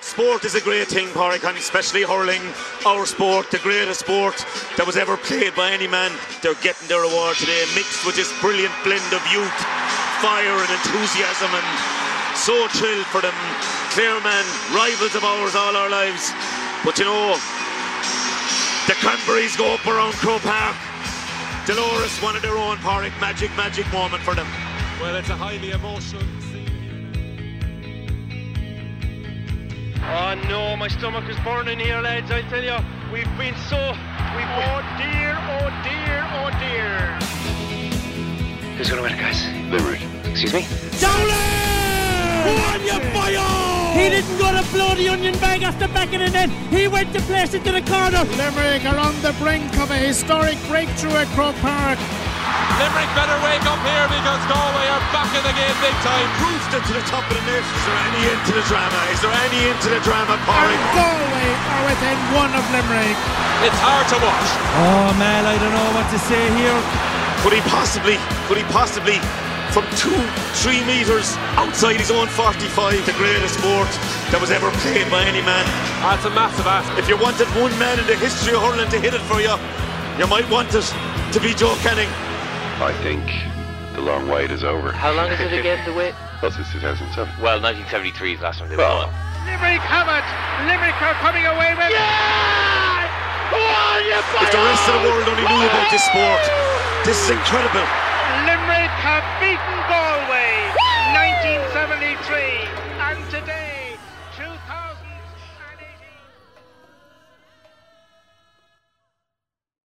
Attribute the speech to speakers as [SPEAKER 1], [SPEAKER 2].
[SPEAKER 1] Sport is a great thing, Porrick, and especially hurling, our sport, the greatest sport that was ever played by any man. They're getting their award today, mixed with this brilliant blend of youth, fire, and enthusiasm, and so thrilled for them. Clareman, rivals of ours all our lives. But you know, the Cranberries go up around Crow Park. Dolores, one of their own, Porrick. Magic, magic moment for them.
[SPEAKER 2] Well, it's a highly emotional scene.
[SPEAKER 3] Oh no, my stomach is burning here, lads. I tell you, we've been so. We've oh dear, oh dear, oh dear. Who's gonna win it, guys? Limerick. Excuse me?
[SPEAKER 4] He didn't go to blow the onion bag off the back of the net. He went to place it to the corner.
[SPEAKER 5] Limerick are on the brink of a historic breakthrough at Croke Park.
[SPEAKER 2] Limerick better wake up here because Galway are back in the game big time.
[SPEAKER 1] Proves them to the top of the nation. Is there any into the drama? Is there any into the drama,
[SPEAKER 5] And
[SPEAKER 1] Porrick?
[SPEAKER 5] Galway are within one of Limerick.
[SPEAKER 2] It's hard to watch.
[SPEAKER 4] Oh man, I don't know what to say here.
[SPEAKER 1] Could he possibly, could he possibly, from two, three metres outside his own 45, the greatest sport that was ever played by any man?
[SPEAKER 2] That's a massive ask.
[SPEAKER 1] If you wanted one man in the history of hurling to hit it for you, you might want it to be Joe Canning.
[SPEAKER 6] I think the long wait is over.
[SPEAKER 7] How long is it again to wait?
[SPEAKER 6] Well, since 2007.
[SPEAKER 7] Well, 1973 is the last time they
[SPEAKER 6] Well,
[SPEAKER 7] won.
[SPEAKER 3] Limerick have it. Limerick are coming away with
[SPEAKER 1] If the rest of the world only knew about this sport, this is incredible.
[SPEAKER 3] Limerick have beaten Galway 1973. And today.